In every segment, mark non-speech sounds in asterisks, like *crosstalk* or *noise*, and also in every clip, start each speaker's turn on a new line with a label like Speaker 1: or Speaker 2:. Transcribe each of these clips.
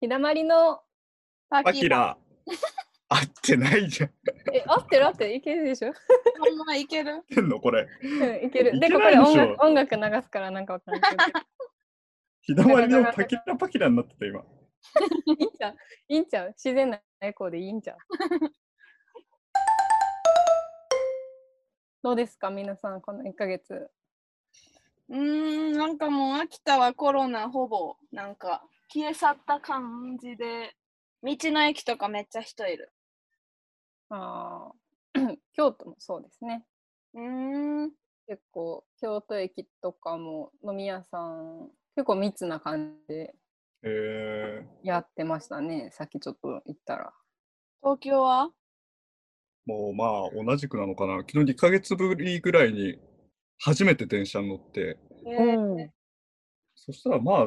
Speaker 1: 日だまりのパ
Speaker 2: アキラ。合ってないじゃん。合
Speaker 1: え、合ってる合ってるいけるでしょ
Speaker 3: ほんまいける
Speaker 2: ってんのこれ。
Speaker 1: うん、いける。
Speaker 2: い
Speaker 1: で、
Speaker 2: け
Speaker 1: こ
Speaker 2: ない
Speaker 1: れ
Speaker 2: でしょ
Speaker 1: 音楽音楽流すからなんかわかんない
Speaker 2: 日だまりのパキラパキラになってた今。
Speaker 1: けど。いいんちゃういいんちゃう自然なエコーでいいんちゃうどうですか皆さん、この1ヶ月。
Speaker 3: うーんなんかもう秋田はコロナほぼなんか消え去った感じで道の駅とかめっちゃ人いる
Speaker 1: あー *clears throat* 京都もそうですね。
Speaker 3: うーん
Speaker 1: 結構、京都駅とかも飲み屋さん、結構密な感じで
Speaker 2: えー、
Speaker 1: やってましたね。さっきちょっと言ったら。
Speaker 3: 東京は
Speaker 2: もうまあ同じくなのかな。昨日2ヶ月ぶりぐらいに初めて電車に乗って、
Speaker 3: え
Speaker 1: う
Speaker 3: ー
Speaker 1: ん
Speaker 2: そしたらまあ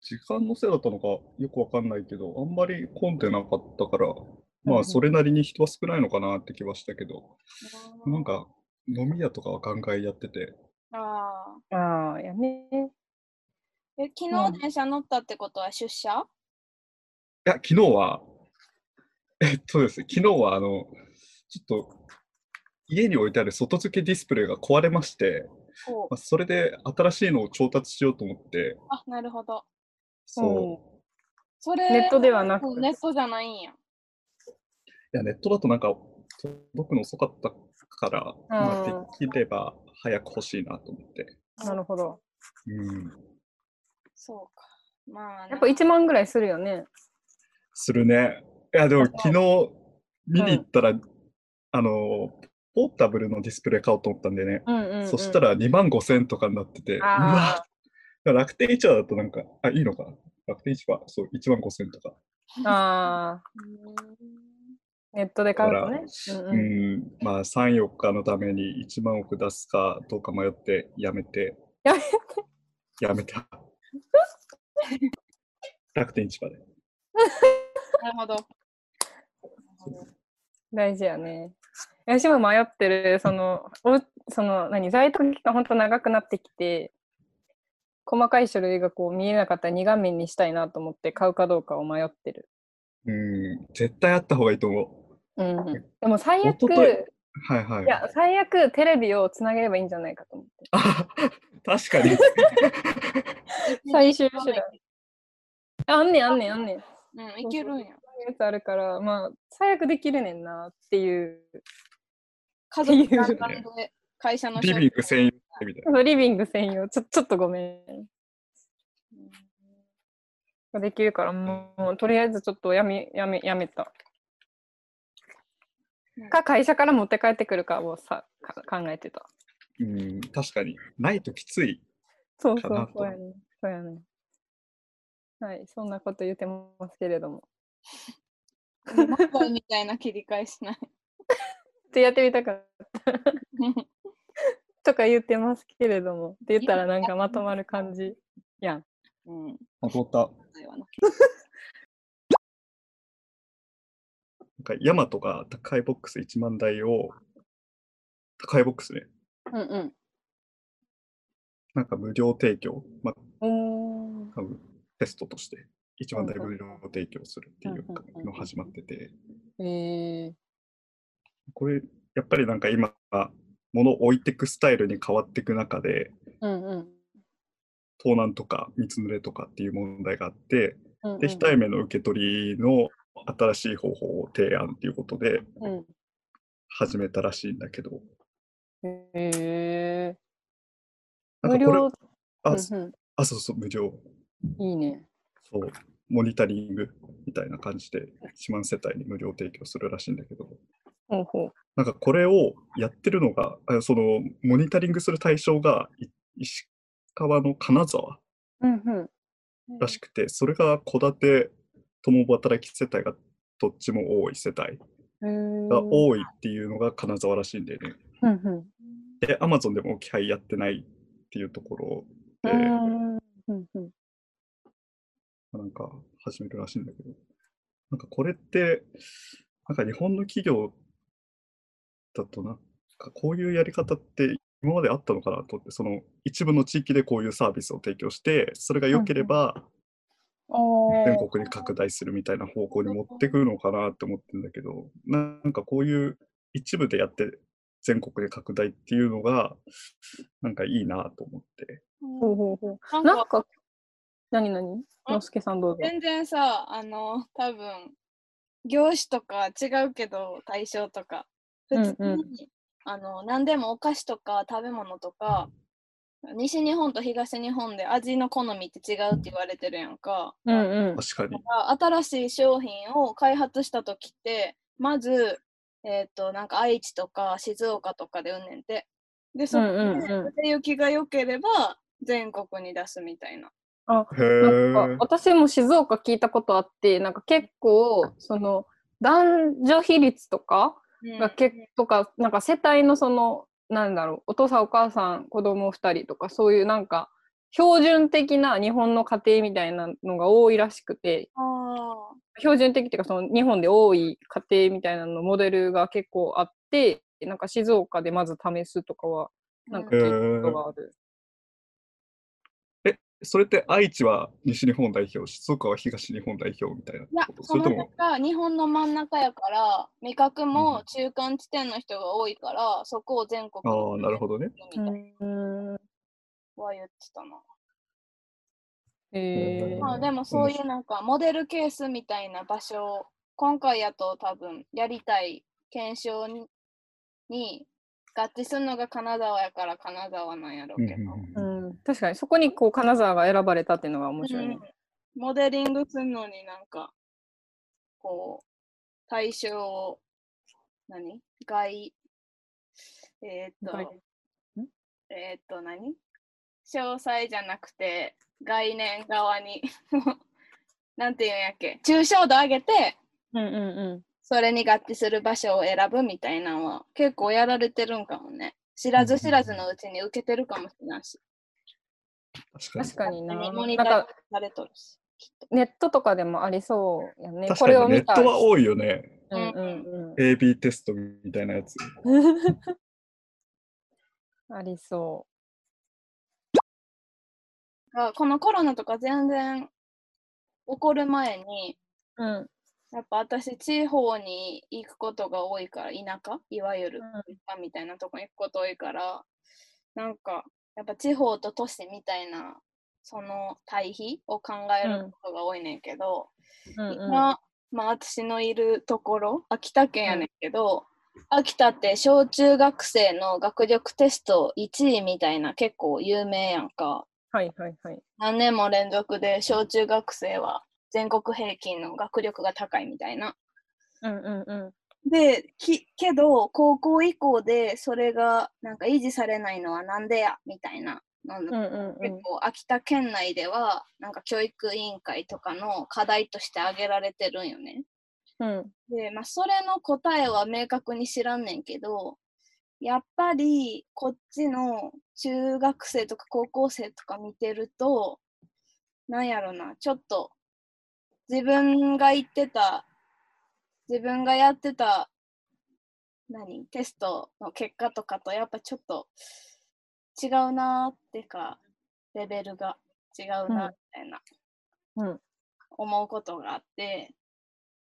Speaker 2: 時間のせいだったのかよくわかんないけど、あんまり混んでなかったから、まあそれなりに人は少ないのかなって気はしたけど、なんか飲み屋とかはガンガンやってて、
Speaker 3: あ
Speaker 1: ああ、やね。
Speaker 3: ーえ昨
Speaker 1: うん
Speaker 3: 日電車乗ったってことは出社、
Speaker 2: いや、昨日は、えっとですね、昨日は、あの、ちょっと、家に置いてある外付けディスプレイが壊れまして、
Speaker 3: お
Speaker 2: まあ、それで新しいのを調達しようと思って、
Speaker 3: あなるほど
Speaker 2: そう
Speaker 3: それ
Speaker 1: んネットではなく
Speaker 3: もうネットじゃないんや
Speaker 2: う、いや、ネットだとなんか、届くの遅かったから、まあ、で
Speaker 1: うん
Speaker 2: きれば早く欲しいなと思って。
Speaker 1: なるほど。
Speaker 2: うん、
Speaker 3: そうかまあね、
Speaker 1: やっぱ1万ぐらいするよね。
Speaker 2: するね。いや、でも
Speaker 1: そう
Speaker 2: 昨日見に行ったら、あの、ポータブルのディスプレイ買おうと思ったんでね、
Speaker 1: うんうん、
Speaker 2: そした、ら2万5千とかになってて、うわ
Speaker 1: あ
Speaker 2: 楽天市場だとなんか、あ、いいのかな楽天市場、そう、1万5千とか。
Speaker 1: ーあ
Speaker 3: う
Speaker 1: ー、ネットで買うとね。うん
Speaker 2: う
Speaker 1: うん
Speaker 2: ん、まあ、3、4日のために1万億出すかどうか迷って、やめて、
Speaker 1: やめて
Speaker 2: やめた。楽天市場で。
Speaker 3: ーんなるほど
Speaker 1: 大事やね。私も迷ってる、その、おその何在宅期間、本当長くなってきて、細かい種類がこう見えなかったら2画面にしたいなと思って買うかどうかを迷ってる。
Speaker 2: うん、絶対あった方がいいと思
Speaker 1: うんうん、でも最悪
Speaker 2: 一、昨日う。はいはい。
Speaker 1: いや、最悪テレビをつなげればいいんじゃないかと思って。
Speaker 2: あ *laughs* 確かに。
Speaker 1: 最終手段。あんねんあんねんあんねん。
Speaker 3: うんいけるんや
Speaker 1: やつあるから、まあ、最悪できるねんなっていう。
Speaker 3: 家
Speaker 1: ていう
Speaker 3: 族団らんで会社の
Speaker 2: リビング専用ってみたいな。
Speaker 1: リビング専用、ちょちょっとごめん。できるから、もう、とりあえずちょっとやめ、やめ、やめた。か、会社から持って帰ってくるかをさ、か考えてた。
Speaker 2: うん、確かに。ないときつい。
Speaker 1: そうそ
Speaker 2: かな
Speaker 1: う
Speaker 2: と、
Speaker 1: そうやね。そうやね。はい、そんなこと言ってますけれども。
Speaker 3: マッコイみたいな切り替えし
Speaker 1: *laughs*
Speaker 3: ない。
Speaker 1: ちょっとやってみたかとか言ってますけれども。って言ったらなんかまとまる感じやん。
Speaker 3: うん。
Speaker 2: あ、通った。
Speaker 3: だよな
Speaker 2: なんか、ヤマトが宅配ボックス1万台を、宅配ボックスね、
Speaker 1: うん
Speaker 2: なんか無料提供、まあ、
Speaker 1: うん。う
Speaker 2: 多分テストとして1万台
Speaker 1: うんうん
Speaker 2: 無料提供するっていうのが始まってて、
Speaker 1: ーん。えー。
Speaker 2: これ、やっぱりなんか今、物を置いてくスタイルに変わっていく中で、
Speaker 1: うんうん。
Speaker 2: 盗難とか密濡れとかっていう問題があって、
Speaker 1: うんうん
Speaker 2: で、非対面の受け取りの新しい方法を提案ということで
Speaker 1: うん。
Speaker 2: 始めたらしいんだけど、
Speaker 1: へえ
Speaker 2: な
Speaker 1: 無
Speaker 2: んかこれ
Speaker 1: 料、
Speaker 2: あ、
Speaker 1: うん
Speaker 2: あ、そうそう、無料。
Speaker 1: うん、いいね。
Speaker 2: そう、モニタリングみたいな感じで、1万世帯に無料提供するらしいんだけど、
Speaker 1: ほうほう。
Speaker 2: なんかこれをやってるのが、あそのモニタリングする対象がい石川の金沢
Speaker 1: うんうん。
Speaker 2: らしくて、それが戸建て共働き世帯がどっちも多い世帯が
Speaker 1: う
Speaker 2: 多いっていうのが金沢らしいんだよね。
Speaker 1: んうん。
Speaker 2: で、アマゾンでも置き配やってないっていうところで、
Speaker 1: うんうんうん。
Speaker 2: なんか始めるらしいんだけど、なんかこれって、なんか日本の企業だとなんかこういうやり方って今まであったのかなと思って、その一部の地域でこういうサービスを提供して、それが良ければ全国に拡大するみたいな方向に持ってくるのかなって思ってるんだけど、なんかこういう一部でやって全国で拡大っていうのが、なんかいいなと思って。
Speaker 1: ほうほうほ
Speaker 3: な
Speaker 1: う。
Speaker 3: ん
Speaker 1: な
Speaker 3: か
Speaker 1: んか、何何
Speaker 3: あ
Speaker 1: のすけさんどうぞ。
Speaker 3: 全然さあの多分業種とか違うけど対象とか普
Speaker 1: うん
Speaker 3: 通に、
Speaker 1: うん
Speaker 3: あの何でもお菓子とか食べ物とか西日本と東日本で味の好みって違うって言われてるやんか
Speaker 1: うんうん。
Speaker 2: 確かに。
Speaker 3: あ新しい商品を開発した時ってまずえっ、となんか愛知とか静岡とかでうんねんてでそこで
Speaker 1: うんうんうん
Speaker 3: 売れ行きが良ければ全国に出すみたいな。
Speaker 2: へ
Speaker 1: なんか
Speaker 2: ー。
Speaker 1: 私も静岡聞いたことあってなんか結構その男女比率とか
Speaker 3: うん
Speaker 1: が結とかなんか世帯のそのなんだろうお父さんお母さん子供二2人とかそういうなんか標準的な日本の家庭みたいなのが多いらしくて
Speaker 3: あ
Speaker 1: 標準的っていうかその日本で多い家庭みたいなのモデルが結構あってなんか静岡でまず試すとかは
Speaker 3: ー
Speaker 1: なんか聞いたことがある。
Speaker 2: それって愛知は西日本代表、静岡は東日本代表みたいない
Speaker 3: や
Speaker 2: こ、と。
Speaker 3: そ
Speaker 2: それと
Speaker 3: の
Speaker 2: も、
Speaker 3: 中、日本の真ん中やから、味覚
Speaker 2: う
Speaker 3: も
Speaker 2: ん
Speaker 3: 中間地点の人が多いから、そこを全国
Speaker 2: ああ、なるほ
Speaker 3: ど。
Speaker 2: どね。
Speaker 3: みたい
Speaker 1: うん
Speaker 3: なは言ってたな。
Speaker 1: えー
Speaker 2: うん
Speaker 3: まあでもそういうなんか、モデルケースみたいな場所を、今回やと多分、やりたい検証にに合致するのが金沢やから金沢なんやろうけど。
Speaker 1: う
Speaker 2: うん
Speaker 1: ん、確かにそこにこう金沢が選ばれたっていうのが面白いね。
Speaker 3: うんモデリングするのになんかこう対象を何外えーっ
Speaker 1: 外
Speaker 3: とえーっと何詳細じゃなくて概念側に *laughs* なんていうんやっけ抽象度上げて
Speaker 1: うんう
Speaker 3: それに合致する場所を選ぶみたいなのは結構やられてるんかもね知らず知らずのうちに受けてるかもしれないし
Speaker 2: 確
Speaker 1: ん。
Speaker 2: かに
Speaker 1: 確。かにな。な
Speaker 3: モ
Speaker 1: ん
Speaker 3: ニター
Speaker 1: か
Speaker 3: されとるし
Speaker 1: ネットとかでもありそうやね。
Speaker 2: 確
Speaker 1: こ
Speaker 2: かに
Speaker 1: れを
Speaker 2: ネ
Speaker 1: 見た。
Speaker 2: ットは多いよね。
Speaker 1: うんうんう
Speaker 2: AB テストみたいなやつ。
Speaker 1: ん。ありそ
Speaker 3: がこのコロナとか全然起こる前に
Speaker 1: う。うん。
Speaker 3: やっぱ私地方に行くことが多いから田舎いわゆる田舎みたいなとこに行くこと多いからなんかやっぱ地方と都市みたいなその対比を考えることが多いねんけど、
Speaker 1: うんうん、
Speaker 3: 今、まあ、私のいるところ秋田県やねんけど、秋田って小中学生の学力テスト1位みたいな結構有名やんか。
Speaker 1: はいはいはい。
Speaker 3: 何年も連続で小中学生は全国平均の学力が高いみたいな。
Speaker 1: うんうんうん。
Speaker 3: できけど高校以降でそれがなんか維持されないのはなんでやみたいなの
Speaker 1: うんうん
Speaker 3: 結
Speaker 1: う
Speaker 3: 構秋田県内ではなんか教育委員会とかの課題として挙げられてるんよね。
Speaker 1: ん。うん
Speaker 3: で、まあ、それの答えは明確に知らんねんけど、やっぱりこっちの中学生とか高校生とか見てると、なんやろな、ちょっと自分が言ってた、自分がやってた、何、テストの結果とかとやっぱちょっと違うなーってか、レベルが違うな
Speaker 1: うん
Speaker 3: みたいな、
Speaker 1: うん
Speaker 3: 思うことがあって、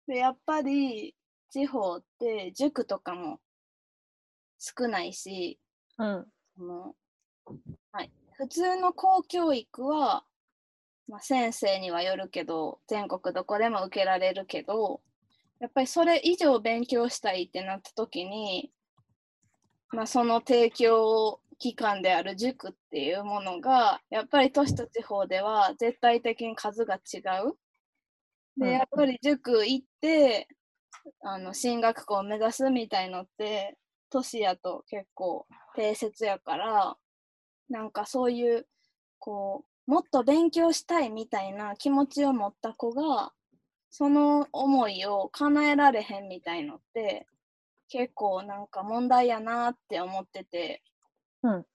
Speaker 3: でやっぱり地方って塾とかも少ないし、
Speaker 1: うん
Speaker 3: そのはい、普通の公教育は、まあ、先生にはよるけど全国どこでも受けられるけどやっぱりそれ以上勉強したいってなった時に、まあ、その提供機関である塾っていうものがやっぱり都市と地方では絶対的に数が違う。
Speaker 1: うん
Speaker 3: でやっぱり塾行ってあの進学校を目指すみたいのって都市やと結構定説やからなんかそういうこうもっと勉強したいみたいな気持ちを持った子がその思いを叶えられへんみたいのって結構なんか問題やなって思ってて、
Speaker 1: うん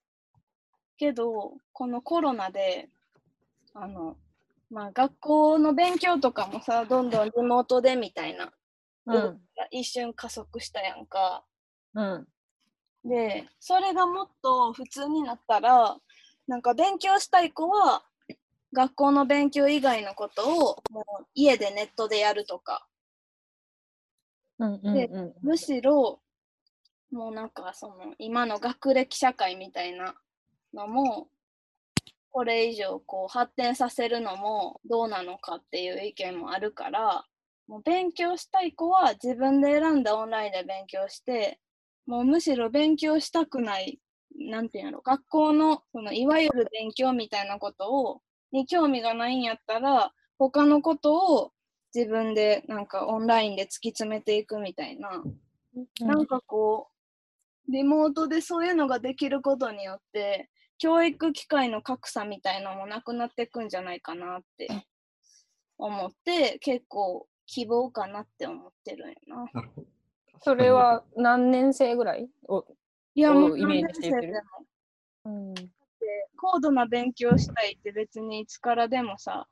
Speaker 3: けどこのコロナであの、まあ、学校の勉強とかもさどんどんリモートでみたいな
Speaker 1: うん
Speaker 3: 一瞬加速したやんか。
Speaker 1: うん
Speaker 3: でそれがもっと普通になったらなんか勉強したい子は学校の勉強以外のことをもう家でネットでやるとか
Speaker 1: うんうんうん
Speaker 3: むしろもうなんかその今の学歴社会みたいなのもこれ以上こう発展させるのもどうなのかっていう意見もあるからもう勉強したい子は自分で選んだオンラインで勉強してもうむしろ勉強したくないなんていうんやろ学校のそのいわゆる勉強みたいなことをに興味がないんやったら他のことを自分でなんかオンラインで突き詰めていくみたいな、
Speaker 1: うん
Speaker 3: なんかこうリモートでそういうのができることによって教育機会の格差みたいのもなくなっていくんじゃないかなって思って結構希望かなって思ってるんやな。
Speaker 2: なるほど。
Speaker 1: それは何年生ぐらいを、
Speaker 3: いや
Speaker 1: そう
Speaker 3: もう
Speaker 1: イメージして言って
Speaker 3: 何年生
Speaker 1: る
Speaker 3: でも
Speaker 1: うん、
Speaker 3: 高度な勉強したいって別にいつからでもさ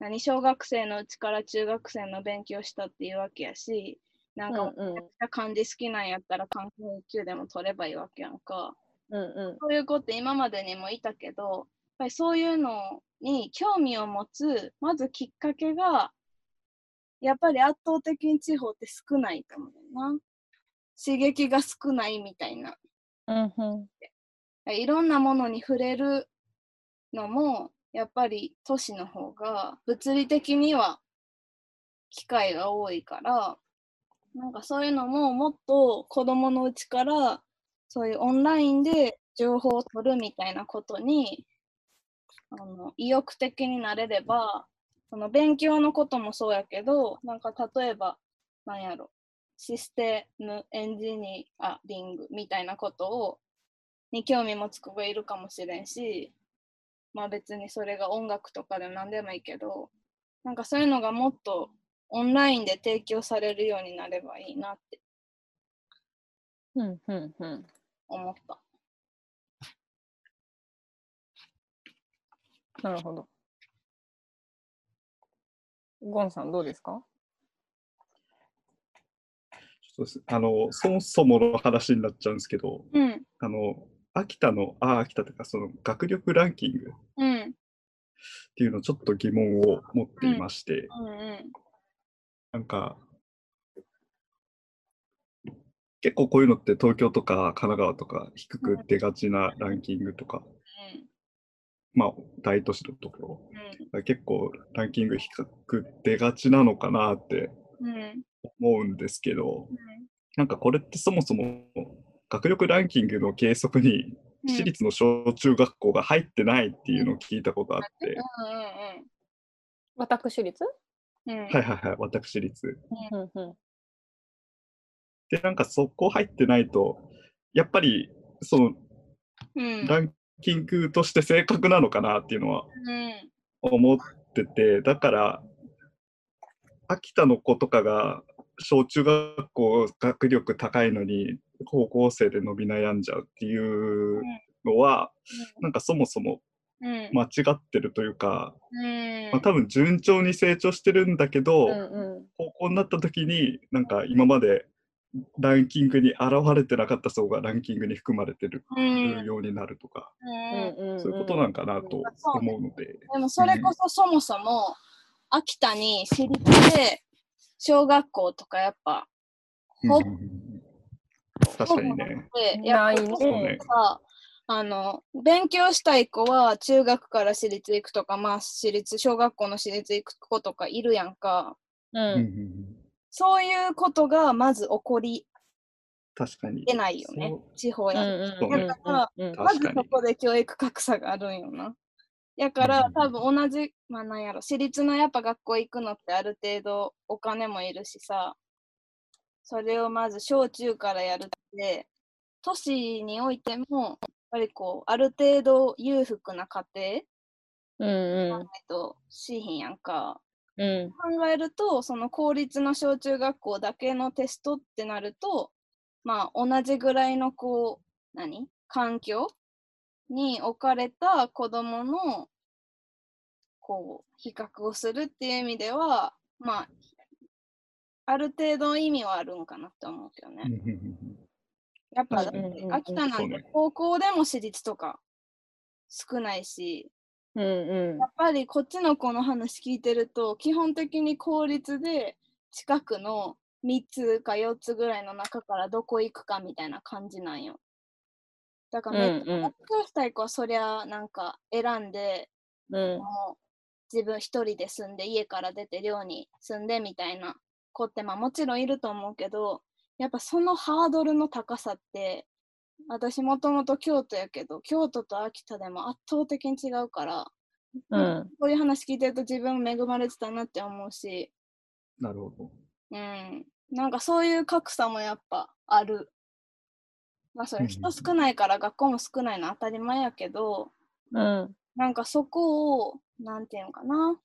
Speaker 3: 何小学生のうちから中学生の勉強したっていうわけやしなんか
Speaker 1: うんうん
Speaker 3: めちゃくちゃ漢字好きなんやったら漢字の1級でも取ればいいわけやんか
Speaker 1: うん
Speaker 3: そういう子って今までにもいたけどやっぱりそういうのに興味を持つまずきっかけがやっぱり圧倒的に地方って少ないと思うよな刺激が少ないみたいな
Speaker 1: うんうん
Speaker 3: いろんなものに触れるのもやっぱり都市の方が物理的には機会が多いからなんかそういうのももっと子どものうちからそういうオンラインで情報を取るみたいなことにあの意欲的になれればその勉強のこともそうやけどなんか例えばなんやろシステムエンジニアリングみたいなことをに興味持つ子がいるかもしれんし、まあ別にそれが音楽とかでも何でもいいけど、なんかそういうのがもっとオンラインで提供されるようになればいいなって
Speaker 1: うんうんうん
Speaker 3: 思った。
Speaker 1: なるほど。ゴンさんどうですか
Speaker 2: そうですあのそもそもの話になっちゃうんですけど、
Speaker 3: うん、
Speaker 2: あの秋田の、あ秋田というか、その学力ランキングっ
Speaker 3: うん、うん、
Speaker 2: ていうのをちょっと疑問を持っていまし
Speaker 3: う
Speaker 2: て、
Speaker 3: ん、
Speaker 2: なんか、結構こういうのって東京とか神奈川とか低く出がちなランキングとか、まあ大都市のところ、結構ランキング低く出がちなのかなって
Speaker 3: うん、うん、
Speaker 2: 思うんですけど、なんかこれってそもそも学力ランキングの計測に私立の小中学校が入ってないっていうのを聞いたことあって、
Speaker 1: 私立
Speaker 3: うん、うん、
Speaker 2: はいはいはい、私立。
Speaker 1: うんうん
Speaker 2: で、なんかそこ入ってないと、やっぱりその
Speaker 3: うん、
Speaker 2: ランキングとして正確なのかなっていうのは
Speaker 3: うん、
Speaker 2: 思ってて、だから、秋田の子とかが小中学校学力高いのに高校生で伸び悩んじゃうっていうのは、なんかそもそも
Speaker 3: うん、
Speaker 2: 間違ってるというか、
Speaker 3: うん、
Speaker 2: まあ、多分順調に成長してるんだけど、
Speaker 1: うん
Speaker 2: 高校になった時になんか今までランキングに現れてなかった層がランキングに含まれてる
Speaker 3: うん、うん、
Speaker 2: ようになるとか、
Speaker 1: うんうん
Speaker 2: そういうことなんかなと思うので、
Speaker 3: でもそれこそそもそも秋田に私立で小学校とかやっぱ
Speaker 2: うんう
Speaker 3: ほ
Speaker 2: んうん確かにね。
Speaker 3: でや
Speaker 1: な
Speaker 3: っ
Speaker 1: い
Speaker 3: ぱ
Speaker 1: ね
Speaker 2: そうね。
Speaker 3: さあの勉強したい子は中学から私立行くとかまあ私立小学校の私立行く子とかいるやんか
Speaker 1: う
Speaker 2: うんうんうんん
Speaker 3: そういうことがまず起こり
Speaker 2: 確かに
Speaker 3: え。ないよね
Speaker 2: そ
Speaker 3: 地方
Speaker 1: うん
Speaker 3: やと
Speaker 1: うんうん
Speaker 3: だから
Speaker 1: うん
Speaker 2: う
Speaker 3: まず
Speaker 2: 確か
Speaker 3: そ
Speaker 2: に。
Speaker 3: こで教育格差があるんよな。やから
Speaker 2: うん
Speaker 3: 多分同じ、まあなんやろ、私立のやっぱ学校行くのってある程度お金もいるしさ、それをまず小中からやるって、都市においても、やっぱりこう、ある程度裕福な家庭
Speaker 1: うん
Speaker 3: ないとしひんやん
Speaker 1: うんうん
Speaker 3: か。考えると、その公立の小中学校だけのテストってなると、まあ、同じぐらいのこう、何環境に置かれた子供の、こう、比較をするっていう意味では、まあ、ある程度の意味はあるんかなって思うけど
Speaker 2: うん
Speaker 3: ね。
Speaker 2: うんうん
Speaker 3: やっぱ、
Speaker 2: 確かに
Speaker 1: うんうんうん
Speaker 3: 秋田な
Speaker 2: そうん
Speaker 3: て
Speaker 2: ね
Speaker 3: 高校でも私立とか少ないし、
Speaker 1: うんうん
Speaker 3: やっぱりこっちの子の話聞いてると基本的に公立で近くの3つか4つぐらいの中からどこ行くかみたいな感じなんよ。だからめっち
Speaker 1: うんう
Speaker 3: ゃ
Speaker 1: ん
Speaker 3: 学校したい子はそりゃなんか選んで、
Speaker 1: うん
Speaker 3: もう自分一人で住んで家から出て寮に住んでみたいな子ってまあもちろんいると思うけどやっぱそのハードルの高さって私もともと京都やけど京都と秋田でも圧倒的に違うから。
Speaker 1: うん
Speaker 3: こういう話聞いてると自分恵まれてたなって思うし、
Speaker 2: なるほど。
Speaker 3: うん、なんかそういう格差もやっぱある。まあそれ人少ないから学校も少ないの当たり前やけど、
Speaker 1: うん
Speaker 3: なんかそこを、なんていうのかな、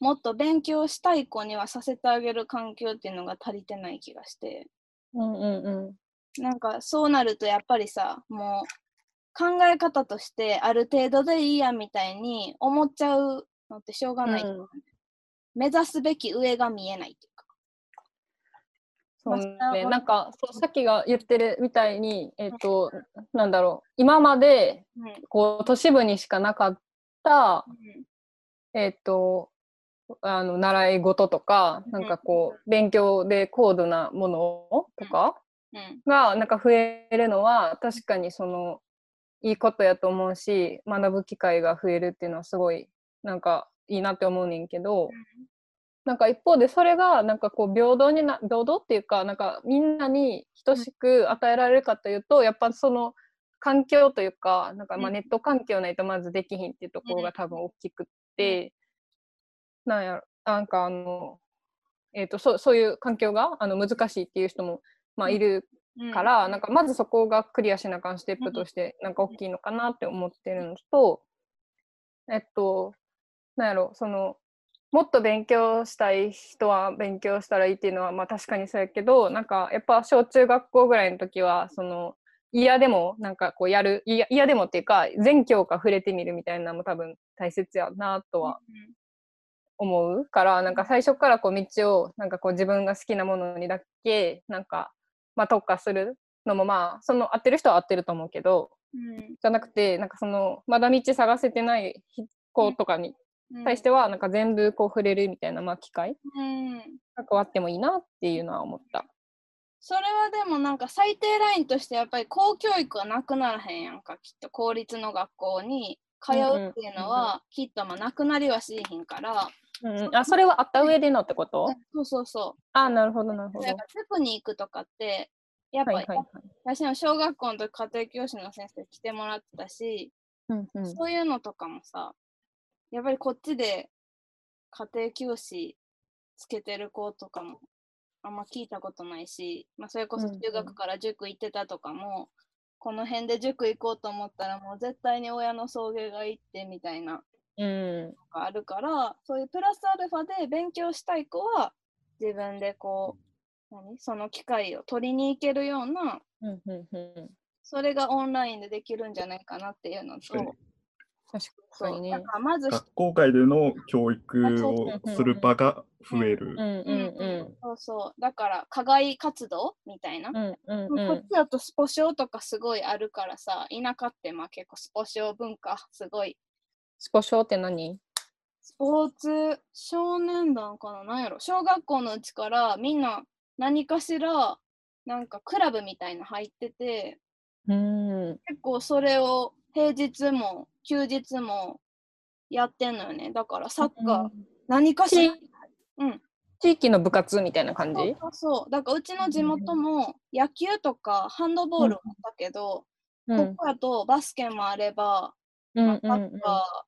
Speaker 3: もっと勉強したい子にはさせてあげる環境っていうのが足りてない気がして、
Speaker 1: うんうん
Speaker 3: なんかそうなるとやっぱりさ、もう考え方としてある程度でいいやみたいに思っちゃうのってしょうがない。
Speaker 1: うん
Speaker 3: 目指すべき上が見えないっていうか。
Speaker 1: そう
Speaker 3: まあ
Speaker 1: ね、なんかそうさっきが言ってるみたいに、えっとなんだろう今まで
Speaker 3: うん
Speaker 1: こう都市部にしかなかったえっと、あの習い事とか、
Speaker 3: ん
Speaker 1: なんかこう、勉強で高度なものとか
Speaker 3: うん
Speaker 1: が、なんか増えるのは、確かにその、いいことやと思うし、学ぶ機会が増えるっていうのはすごい、なんかいいなって思うねんけど、なんか一方でそれが、なんかこう、平等にな、平等っていうか、なんかみんなに等しく与えられるかというと、やっぱその、環境というか、なんかま
Speaker 3: う
Speaker 1: あ
Speaker 3: ん
Speaker 1: ネット環境ないとまずできひんっていうところが多分大きくって、なんやろ、なんかあの、えっ、と、そう、そういう環境があの難しいっていう人も、まあ、いる
Speaker 3: うん
Speaker 1: から、なんかまずそこがクリアしなあかんステップとして、なんか大きいのかなって思ってるのと、えっと、なんやろ、その、もっと勉強したい人は勉強したらいいっていうのは、まあ確かにそうやけど、なんかやっぱ小中学校ぐらいの時は、その、嫌でもなんかこうやる、いや嫌でもっていうか、全教科触れてみるみたいなのも多分大切やなとは思うからなんか最初からこう道をなんかこう自分が好きなものにだけなんか、まあ、特化するのもまあその合ってる人は合ってると思うけど
Speaker 3: う
Speaker 1: じ
Speaker 3: ん
Speaker 1: ゃなくてなんかそのまだ道探せてない子とかに
Speaker 3: うん
Speaker 1: 対してはなんか全部こう触れるみたいな、まあ、機会
Speaker 3: うん
Speaker 1: なんかあってもいいなっていうのは思った。
Speaker 3: それはでもなんか最低ラインとしてやっぱり公教育はなくならへんやんかきっと公立の学校に通うっていうの
Speaker 1: うんうん
Speaker 3: はきっとまあなくなりはしへんから、
Speaker 1: うんうん、あそれはあった上でのってこと
Speaker 3: そうそうそ
Speaker 1: あなるほどなる
Speaker 3: う
Speaker 1: ほど。
Speaker 3: だからテクに行くとかってやっぱ、
Speaker 1: はいはいはい。
Speaker 3: 私も小学校の時家庭教師の先生来てもらってたし、
Speaker 1: うんうん
Speaker 3: そういうのとかもさ、やっぱりこっちで家庭教師つけてる子とかもあんま聞いたことないし、まあ、それこそ
Speaker 1: うんうん
Speaker 3: 中学から塾行ってたとかも、この辺で塾行こうと思ったらもう絶対に親の送迎が行ってみたいなの
Speaker 1: うん
Speaker 3: があるから、そういうプラスアルファで勉強したい子は自分でこう、何その機会を取りに行けるような、
Speaker 1: うんうんうん、
Speaker 3: それがオンラインでできるんじゃないかなっていうのと
Speaker 2: 確かに、
Speaker 1: 確
Speaker 3: そ
Speaker 1: かに
Speaker 3: う
Speaker 1: ね
Speaker 3: だ。からまず
Speaker 2: 学校外での教育をする場が増え
Speaker 1: う
Speaker 2: る。
Speaker 1: んうんうん
Speaker 3: そうそう。だから、課外活動みたいな。
Speaker 1: うんうん
Speaker 3: こ
Speaker 1: うん
Speaker 3: っちだとスポ少とかすごいあるからさ、田舎ってまあ結構スポ少文化すごい。
Speaker 1: スポ少って何
Speaker 3: スポーツ少年団かななんやろ小学校のうちからみんな何かしらなんかクラブみたいな入ってて、
Speaker 1: うん。
Speaker 3: 結構それを平日も休日もやってんのよね。だからサッカー、何かしら
Speaker 1: 地域の部活みたいな感
Speaker 3: そう
Speaker 1: じ
Speaker 3: そうそうだからうちの地元も野球とかハンドボールもあったけ
Speaker 1: う
Speaker 3: ど、
Speaker 1: んうん
Speaker 3: ここだとバスケもあれば、
Speaker 1: う
Speaker 3: まあ
Speaker 1: ん
Speaker 3: サッカ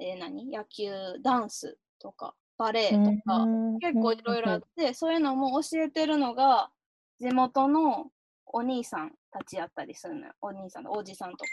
Speaker 3: ー、えー何野球ダンスとかバレエとか、
Speaker 1: うん。
Speaker 3: 結構いろいろあって、そういうのも教えてるのが地元のお兄さんたちやったりするのよお兄さんのおじさんとか。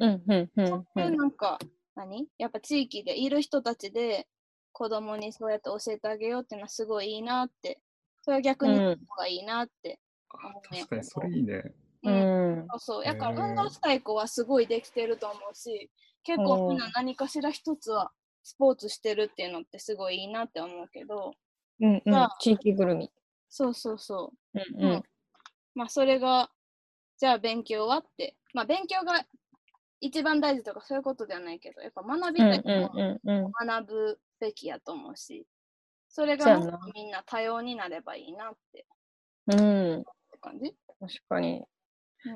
Speaker 1: うんうんうんうん
Speaker 3: そういうなんか、何やっぱ地域でいる人たちで子供にそうやって教えてあげようっていうのはすごいいいなって、それは逆に
Speaker 1: うん
Speaker 3: のがいいなって。
Speaker 2: あ確かにそれいいね。
Speaker 1: う
Speaker 3: うん
Speaker 1: ん
Speaker 3: そうそう。だから
Speaker 2: へー
Speaker 3: 運動したい子はすごいできてると思うし、結構みんな何かしら一つはスポーツしてるっていうのってすごいいいなって思うけど、
Speaker 1: うんう
Speaker 3: じゃ
Speaker 1: ん
Speaker 3: あ。
Speaker 1: 地域ぐるみ。
Speaker 3: そうそうそう。
Speaker 1: うんうん。
Speaker 3: まあそれが、じゃあ勉強はって、まあ勉強が一番大事とかそういうことじゃないけど、やっぱ学び
Speaker 1: うん
Speaker 3: たいもの
Speaker 1: うんうんうん。
Speaker 3: を学ぶべきやと思うし、それ
Speaker 1: そう
Speaker 3: が
Speaker 1: や
Speaker 3: もっ
Speaker 1: な
Speaker 3: とみんな多様になればいいなって
Speaker 1: う
Speaker 3: っ
Speaker 1: ん、
Speaker 3: て感じ。
Speaker 1: 確かに。
Speaker 3: うん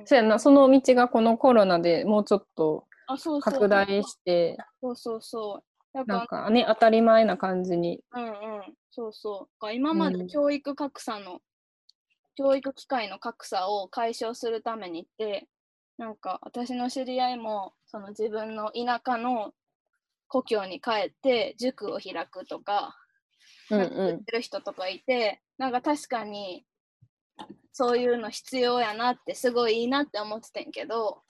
Speaker 1: そうやな、その道がこのコロナでもうちょっと
Speaker 3: あ、そうそう。
Speaker 1: 拡大して、
Speaker 3: そうそうそう。だ
Speaker 1: なん
Speaker 3: か
Speaker 1: かね、当たり前な感じに。
Speaker 3: ら、うんうん。そうそう。だから今ま
Speaker 1: う
Speaker 3: で
Speaker 1: ん
Speaker 3: 教育格差の、教育機会の格差を解消するためにって、なんか私の知り合いも、その自分の田舎の故郷に帰って塾を開くとか、
Speaker 1: うん
Speaker 3: なんか言っ
Speaker 1: う
Speaker 3: てる人とかいて、なんか確かにそういうの必要やなってすごいいいなって思ってたんやけど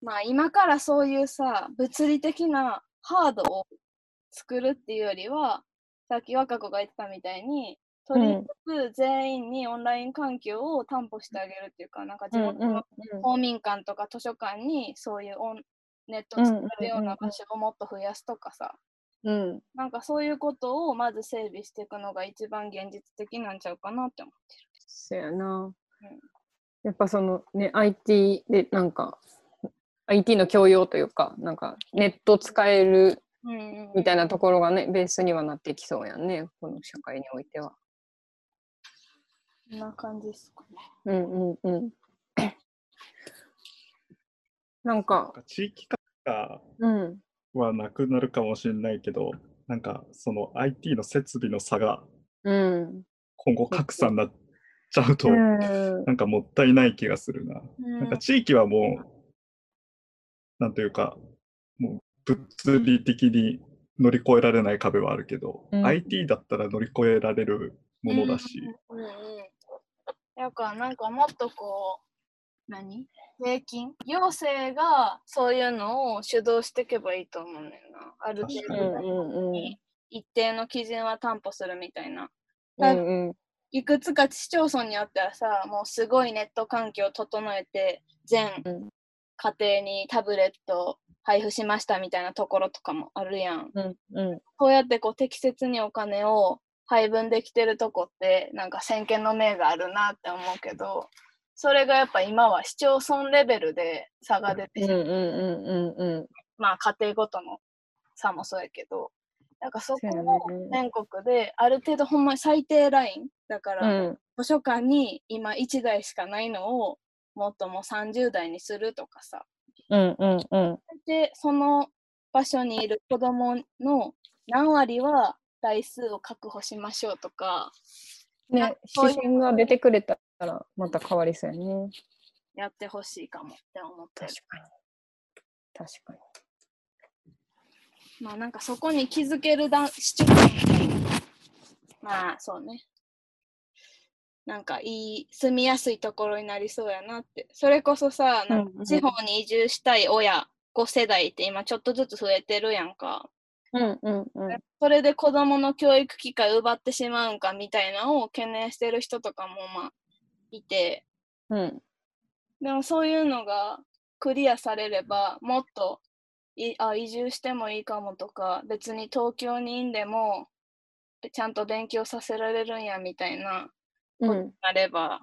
Speaker 3: まあ今からそういうさ物理的なハードを作るっていうよりはさっき若子が言ってたみたいにとりあえず全員にオンライン環境を担保してあげるっていうか、なんか地
Speaker 1: ん。
Speaker 3: 元
Speaker 1: うんうん
Speaker 3: の公民館とか図書館にそういうオンネットを使えるような場所をもっと増やすとかさ、
Speaker 1: うん。うん
Speaker 3: なんかそういうことをまず整備していくのが一番現実的なんちゃうかなって思ってる。
Speaker 1: そうやな。やっぱそのね、IT でなんか、IT の教養というか、なんかネット使える
Speaker 3: うん
Speaker 1: みたいなところがね、ベースにはなってきそうやんね、この社会においては。
Speaker 3: こんな感じですかね。
Speaker 1: うんうん *laughs* うん。なんか、
Speaker 2: 地域化
Speaker 1: うん。
Speaker 2: はなくなるかもしれないけど、なんかその IT の設備の差が
Speaker 1: うん。
Speaker 2: 今後格差になっちゃうと、
Speaker 1: うん
Speaker 2: なんかもったいない気がするな。
Speaker 3: うん
Speaker 2: なんか地域はもう、なんというか、もう物理的に乗り越えられない壁はあるけど、
Speaker 1: うん
Speaker 2: IT だったら乗り越えられるものだし、
Speaker 3: うんうん。だからなんかもっとこう、何税金行政がそういうのを主導していけばいいと思うねんだよな。ある程
Speaker 1: うんうん
Speaker 3: 度、
Speaker 1: うん
Speaker 3: 一定の基準は担保するみたいな。
Speaker 1: うんうん
Speaker 3: いくつか市町村にあったらさ、もうすごいネット環境を整えて、全
Speaker 1: うん
Speaker 3: 家庭にタブレット配布しましたみたいなところとかもあるやん。
Speaker 1: うんうん
Speaker 3: そうやってこう適切にお金を配分できてるとこって、なんか先見の明があるなって思うけど、それがやっぱ今は市町村レベルで差が出て
Speaker 1: うん
Speaker 3: しまう、
Speaker 1: うんうんうん
Speaker 3: まあ家庭ごとの差もそうやけど、なんかそこ
Speaker 1: そうや
Speaker 3: も
Speaker 1: ね
Speaker 3: 全国である程度ほんまに最低ラインだか
Speaker 1: う
Speaker 3: ら、
Speaker 1: ん
Speaker 3: 図書館に今1台しかないのをもっともう30台にするとかさ
Speaker 1: うんうんうん
Speaker 3: でその場所にいる子どもの何割は台数を確保しましょうとかなん
Speaker 1: ね
Speaker 3: かそうい
Speaker 1: 指
Speaker 3: う
Speaker 1: 針が出てくれたらまた変わりそうやね
Speaker 3: やってほしいかもって思ってる
Speaker 1: 確かに確かに
Speaker 3: まあなんかそこに気づけるだ市長まあそうねなんかいい住みやすいところになりそうやなってそれこそさなん
Speaker 1: うんう
Speaker 3: か
Speaker 1: ん
Speaker 3: 地方に移住したい親5世代って今ちょっとずつ増えてるやんか。
Speaker 1: うんうんうん
Speaker 3: それで子どもの教育機会を奪ってしまうんかみたいなのを懸念してる人とかもまあいて
Speaker 1: うん
Speaker 3: でもそういうのがクリアされればもっといあ移住してもいいかもとか別に東京にいんでもちゃんと勉強させられるんやみたいな
Speaker 1: うん
Speaker 3: なれば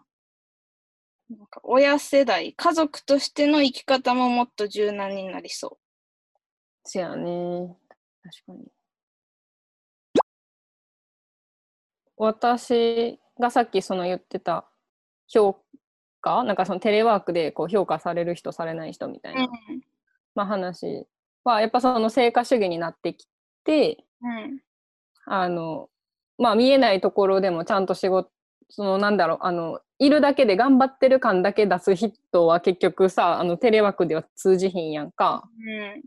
Speaker 3: なんか親世代家族としての生き方ももっと柔軟になりそ。
Speaker 1: せやね確かに私がさっきその言ってた評価なんかそのテレワークでこう評価される人されない人みたいうな、まあ、話はやっぱその成果主義になってきて
Speaker 3: うん
Speaker 1: あの、まあ、見えないところでもちゃんと仕事そのなんだろうあのいるだけで頑張ってる感だけ出す人は結局さあのテレワークでは通じひんやんか
Speaker 3: うん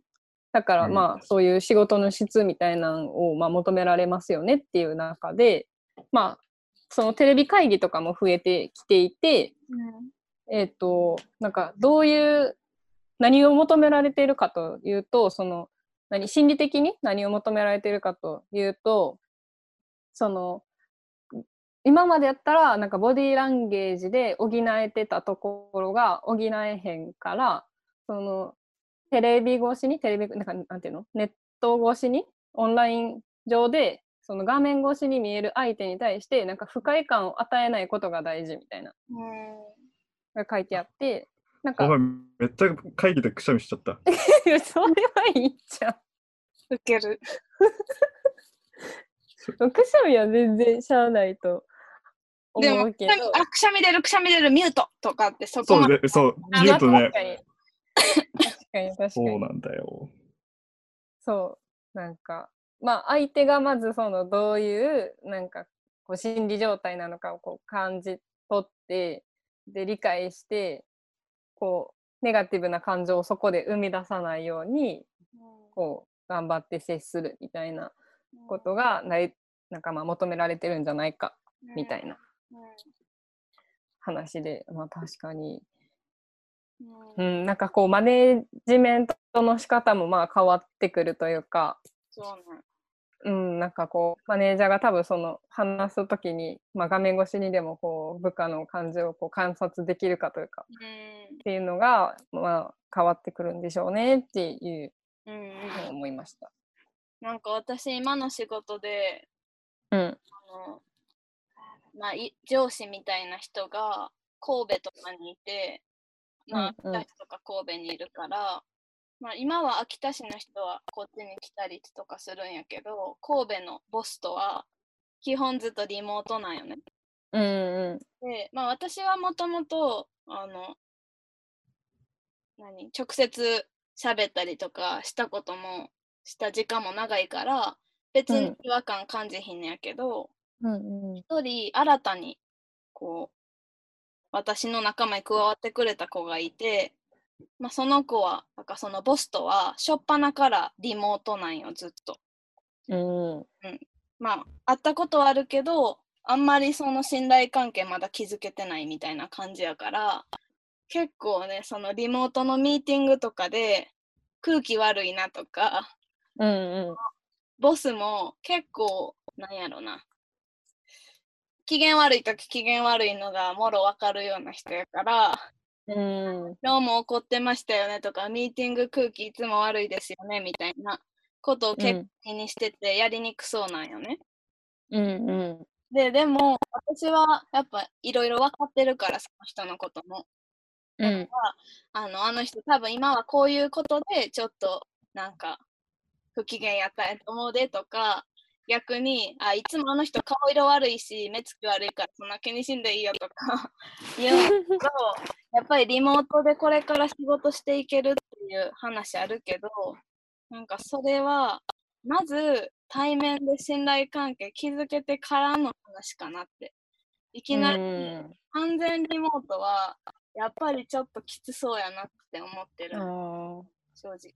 Speaker 1: だから
Speaker 2: うん
Speaker 1: まあそういう仕事の質みたいなのをまあ求められますよねっていう中でまあそのテレビ会議とかも増えてきていて、
Speaker 3: うん
Speaker 1: えっ、となんかどういう何を求められているかというとその何心理的に何を求められているかというとその今までやったらなんかボディーランゲージで補えてたところが補えへんからそのテレビ越しにテレビなんかなんていうのネット越しにオンライン上でその画面越しに見える相手に対してなんか不快感を与えないことが大事みたいな
Speaker 3: うん
Speaker 1: が書いてあってなんか
Speaker 2: お、前めっちゃ会議でくしゃみしちゃ
Speaker 1: *laughs*
Speaker 2: った。
Speaker 1: いや *laughs* それはいいじゃん。
Speaker 3: 受ける。
Speaker 1: くしゃみは全然しゃあないと
Speaker 3: で
Speaker 1: 思
Speaker 3: も、
Speaker 1: う
Speaker 3: く
Speaker 1: け
Speaker 3: し
Speaker 1: ど
Speaker 3: ゃみ。あくしゃみ出る、くしゃみ出る、ミュートとかってそこ
Speaker 2: そう
Speaker 3: まで。
Speaker 2: ね、そう、
Speaker 1: あ
Speaker 2: 言うと
Speaker 1: まあ確
Speaker 2: ね、
Speaker 1: かに。確かに確かに。
Speaker 2: そうなんだよ。
Speaker 1: そうなんかまあ相手がまずそのどういうなんかこう心理状態なのかをこう感じ取ってで理解してこうネガティブな感情をそこで生み出さないようにこう頑張って接するみたいなことがないなんかまあ求められてるんじゃないかみたいな
Speaker 3: うん。
Speaker 1: 話でまあ確かに
Speaker 3: うん
Speaker 1: う
Speaker 3: うん
Speaker 1: んなんかこうマネジメントの仕方もまあ変わってくるというか
Speaker 3: そうね
Speaker 1: うん、なんかこうマネージャーが多分その話す時に、まあ、画面越しにでもこう部下の感じをこう観察できるかというかっていうのが、まあ、変わってくるんでしょうねっていう
Speaker 3: うんうんうん
Speaker 1: のを思いました。
Speaker 3: なんか私今の仕事で
Speaker 1: うん、
Speaker 3: あの、まあ、い上司みたいな人が神戸とかにいて、まあ、
Speaker 1: うんうん
Speaker 3: 秋田市とか神戸にいるから、まあ、今は秋田市の人はこっちに来たりとかするんやけど神戸のボスとは基本ずっとリモートなんよね。
Speaker 1: うん、う
Speaker 3: で、まあ、私はもともとあの何直接喋ったりとかしたこともした時間も長いから別
Speaker 1: う
Speaker 3: に
Speaker 1: ん
Speaker 3: 違和感感じひんねやけど
Speaker 1: ん、うん、うん、
Speaker 3: 一、人新たにこう私の仲間に加わってくれた子がいて、まあ、その子はなんかそのボスとは初っ端からリモートなんよずっと。
Speaker 1: うん、
Speaker 3: まあ会ったことはあるけどあんまりその信頼関係まだ築けてないみたいな感じやから結構ねそのリモートのミーティングとかで空気悪いなとか
Speaker 1: うん、うん、
Speaker 3: ボスも結構なんやろな機嫌悪い時機嫌悪いのがもろ分かるような人やから
Speaker 1: うん、
Speaker 3: 今日も怒ってましたよねとかミーティング空気いつも悪いですよねみたいなことを結構気にしててやりにくそうなんよね。
Speaker 1: うん、うん、
Speaker 3: で、でも、私はやっぱいろいろ分かってるから、その人のことも。
Speaker 1: うん、
Speaker 3: あの、あの人多分今はこういうことで、ちょっとなんか、不機嫌やったんやと思うでとか、逆に、あ、いつもあの人顔色悪いし、目つき悪いから、そんな気にしんでいいよとか *laughs* 言うんだけど、やっぱりリモートでこれから仕事していけるっていう話あるけど、なんかそれは、まず対面で信頼関係築けてからの話かなって。いきなり完全リモートは、やっぱりちょっときつそうやなって思ってる、
Speaker 1: あー
Speaker 3: 正直。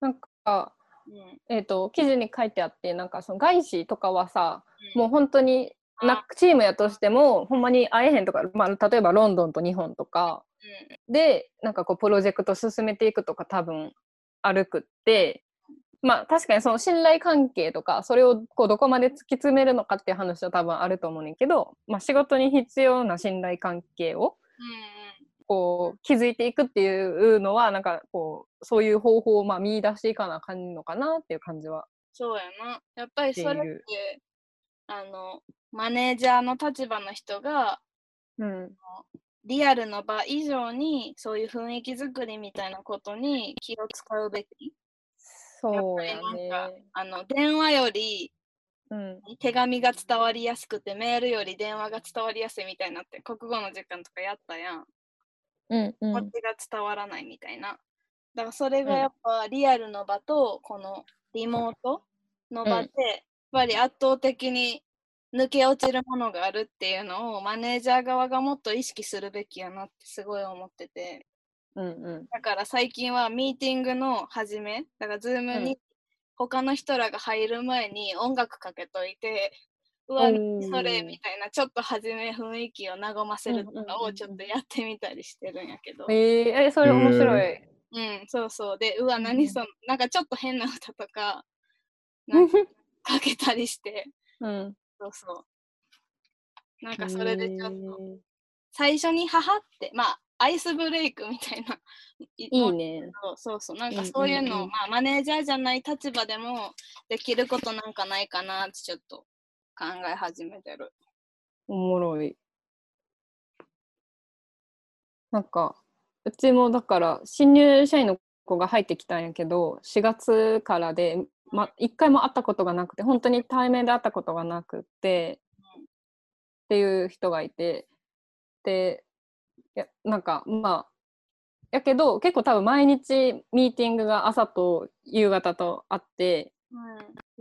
Speaker 1: なんか、
Speaker 3: うん
Speaker 1: えっ、と、記事に書いてあって、なんかその外資とかはさ、
Speaker 3: うん
Speaker 1: もう本当になチームやとしてもほんまに会えへんとか、まあ、例えばロンドンと日本とかでなんかこうプロジェクト進めていくとか多分あるくってまあ確かにその信頼関係とかそれをこうどこまで突き詰めるのかっていう話は多分あると思うねんけど、まあ、仕事に必要な信頼関係をこう築いていくっていうのはなんかこうそういう方法をまあ見出していかなあかんのかなっていう感じは。
Speaker 3: そうやな。やっぱりそれっ
Speaker 1: っていう
Speaker 3: て、あの、マネージャーの立場の人が、
Speaker 1: うん
Speaker 3: リアルの場以上に、そういう雰囲気作りみたいなことに気を使うべき。
Speaker 1: そうや
Speaker 3: やっぱりなん
Speaker 1: ね
Speaker 3: か。あの、電話より
Speaker 1: うん
Speaker 3: 手紙が伝わりやすくて、メールより電話が伝わりやすいみたいになって、国語の時間とかやったやん。
Speaker 1: うんう
Speaker 3: こっ
Speaker 1: ん
Speaker 3: ちが伝わらないみたいな。だからそれが
Speaker 1: うん
Speaker 3: やっぱリアルの場とこのリモートの場
Speaker 1: う
Speaker 3: で
Speaker 1: ん
Speaker 3: やっぱり圧倒的に抜け落ちるものがあるっていうのをマネージャー側がもっと意識するべきやなってすごい思ってて
Speaker 1: うんうん
Speaker 3: だから最近はミーティングの始めだからズーム
Speaker 1: う
Speaker 3: に他の人らが入る前に音楽かけといてう
Speaker 1: お
Speaker 3: わ
Speaker 1: ー
Speaker 3: それみたいなちょっと初め雰囲気を和ませるとか
Speaker 1: うんうんうんう
Speaker 3: を
Speaker 1: ん
Speaker 3: ちょっとやってみたりしてるんやけど。
Speaker 1: えー、えそれ面白い。
Speaker 3: うん、そうそう。で、うわ、
Speaker 1: うん
Speaker 3: 何その、なんかちょっと変な歌と
Speaker 1: *laughs*
Speaker 3: か、
Speaker 1: う
Speaker 3: なん
Speaker 1: ん
Speaker 3: かかけたりして、
Speaker 1: *laughs* うん。
Speaker 3: そうそう。なんかそれでちょっと、最初に母って、まあ、アイスブレイクみたいな。い
Speaker 1: いいね。
Speaker 3: そうそうそう。なん
Speaker 1: う
Speaker 3: か
Speaker 1: ん
Speaker 3: そういうのを、
Speaker 1: うんうん
Speaker 3: まあ、マネージャーじゃない立場でもできることなんかないかなってちょっと考え始めてる。
Speaker 1: おもろい。なんか、うちもだから新入社員の子が入ってきたんやけど4月からで、ま、1回も会ったことがなくて本当に対面で会ったことがなくてっていう人がいてでいやなんかまあやけど結構多分毎日ミーティングが朝と夕方とあって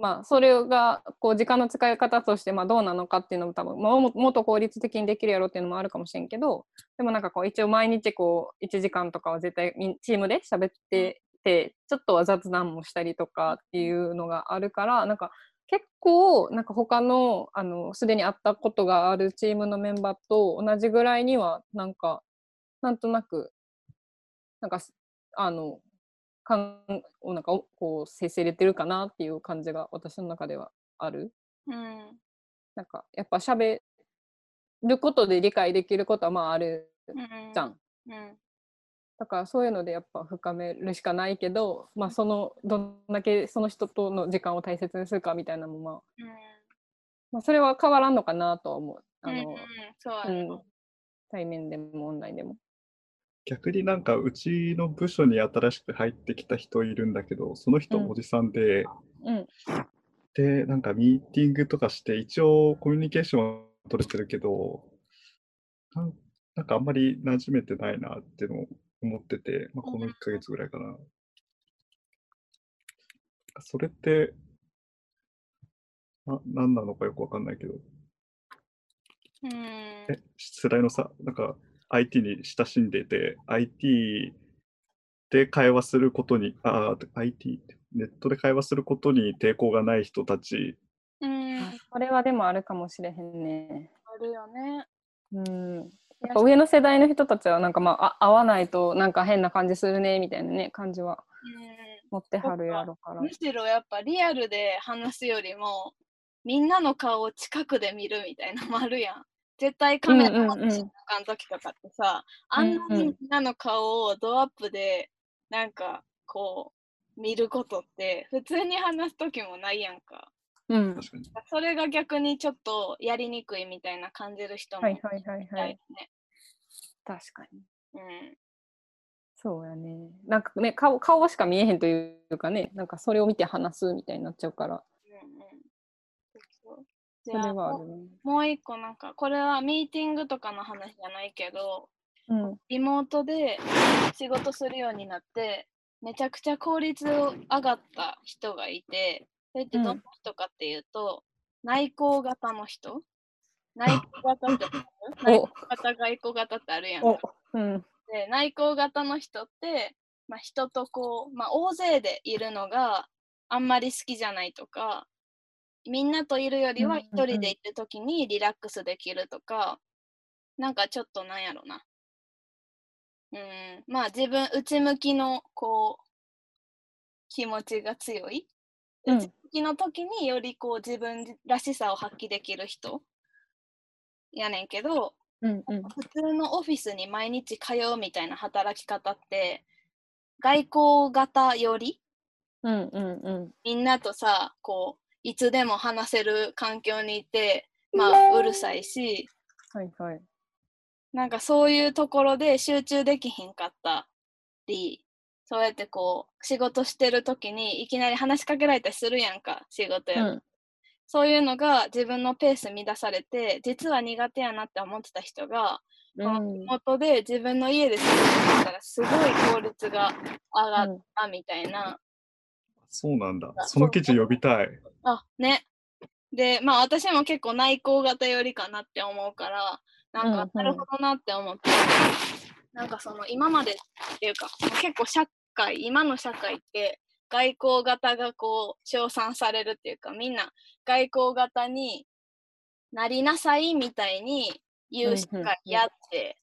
Speaker 1: まあ、それがこう時間の使い方としてまあどうなのかっていうのも多分、まあ、ももっと効率的にできるやろっていうのもあるかもしれんけどでもなんかこう一応毎日こう1時間とかは絶対みんチームで喋っててちょっとは雑談もしたりとかっていうのがあるからなんか結構なんか他のあのすでに会ったことがあるチームのメンバーと同じぐらいにはなんかなんとなくなんかあのかんをなんかおこう生成れてるかなっていう感じが私の中ではある。
Speaker 3: うん。
Speaker 1: なんかやっぱ喋ることで理解できることはまあある
Speaker 3: うん。
Speaker 1: じゃん。
Speaker 3: うん。
Speaker 1: だからそういうのでやっぱ深めるしかないけど、まあ、そのどんだけその人との時間を大切にするかみたいなのも、まあ、
Speaker 3: うん。
Speaker 1: まあそれは変わらんのかなとは思う。あ
Speaker 3: うんう
Speaker 1: の
Speaker 3: ん、そう
Speaker 1: う
Speaker 3: だね。
Speaker 1: ん、対面でもオンラインでも。
Speaker 2: 逆になんかうちの部署に新しく入ってきた人いるんだけど、その人
Speaker 1: うん
Speaker 2: おじさんで、
Speaker 1: うん
Speaker 2: で、なんかミーティングとかして、一応コミュニケーションは取れてるけど、なんなんかあんまり馴染めてないなっていうのを思ってて、まあ、この1ヶ月ぐらいかな。それって、な何なのかよくわかんないけど、
Speaker 3: うん。
Speaker 2: え世代のさ、なんか IT に親しんでて、IT で会話することに、ああ、IT、ネットで会話することに抵抗がない人たち、
Speaker 3: うん。あ
Speaker 1: あそれはでもあるかもしれへんね。
Speaker 3: るよね。
Speaker 1: うん、やっぱ上の世代の人たちはなんかまああ合わないとなんか変な感じするねみたいなね感じは持ってはるやろか
Speaker 3: う
Speaker 1: ら
Speaker 3: ん。。むしろやっぱリアルで話すよりも、みんなの顔を近くで見るみたいなのもあるやん。絶対カメラの
Speaker 1: うんうんうん
Speaker 3: 瞬間の時とかってさ、あんなにみんなの顔をドアップで、なんかこう、見ることって、普通に話す時もないやんか。
Speaker 1: うん、
Speaker 2: 確かに。
Speaker 3: それが逆にちょっとやりにくいみたいな感じる人も
Speaker 1: はいはいはいはい。
Speaker 3: いね。
Speaker 1: 確かに。
Speaker 3: うん
Speaker 1: そうやね。なんかね、顔顔しか見えへんというかね、なんかそれを見て話すみたいになっちゃうから、
Speaker 3: うんうんそうじ
Speaker 1: そ
Speaker 3: ゃ
Speaker 1: れ
Speaker 3: あ
Speaker 1: はあ
Speaker 3: も
Speaker 1: るね。
Speaker 3: うもう一個なんかこれはミーティングとかの話じゃないけど
Speaker 1: うん。
Speaker 3: リモートで仕事するようになってめちゃくちゃ効率上がった人がいてそれってどんな人かっていうと、内向型の人内向型ってわかる内向型外向型ってあるやんか
Speaker 1: おうん。
Speaker 3: で内向型の人って、まあ、人とこう、まあ、大勢でいるのがあんまり好きじゃないとかみんなといるより
Speaker 1: う
Speaker 3: は
Speaker 1: んうん
Speaker 3: 一
Speaker 1: うん
Speaker 3: 人でいる時にリラックスできるとか、なんかちょっとなんやろなうんまあ自分内向きのこう気持ちが強い、
Speaker 1: うん
Speaker 3: 内向きの時によりこう自分らしさを発揮できる人やねんけど
Speaker 1: うんうん。
Speaker 3: 普通のオフィスに毎日通うみたいな働き方って外交型より
Speaker 1: うんうんうん。
Speaker 3: みんなとさこういつでも話せる環境にいてまあうるさいし
Speaker 1: はいはい。
Speaker 3: なんかそういうところで集中できひんかったりそうやってこう仕事してる時にいきなり話しかけられたりするやんか仕事
Speaker 1: う
Speaker 3: や、
Speaker 1: ん。
Speaker 3: そういうのが自分のペース乱されて実は苦手やなって思ってた人が
Speaker 1: うん。
Speaker 3: 元で自分の家で過ごしてたらすごい効率が上がったみたいな、
Speaker 2: そうなんだ。
Speaker 3: あ
Speaker 2: その記事呼びたい。
Speaker 3: あねでまあ私も結構内向型よりかなって思うからなんか、
Speaker 1: うんうん
Speaker 3: なるほどなって思ってなんかその今までっていうか結構社会今の社会って外交型がこう称賛されるっていうかみんな外交型になりなさいみたいに言う社
Speaker 1: うんうんうん
Speaker 3: 会やって、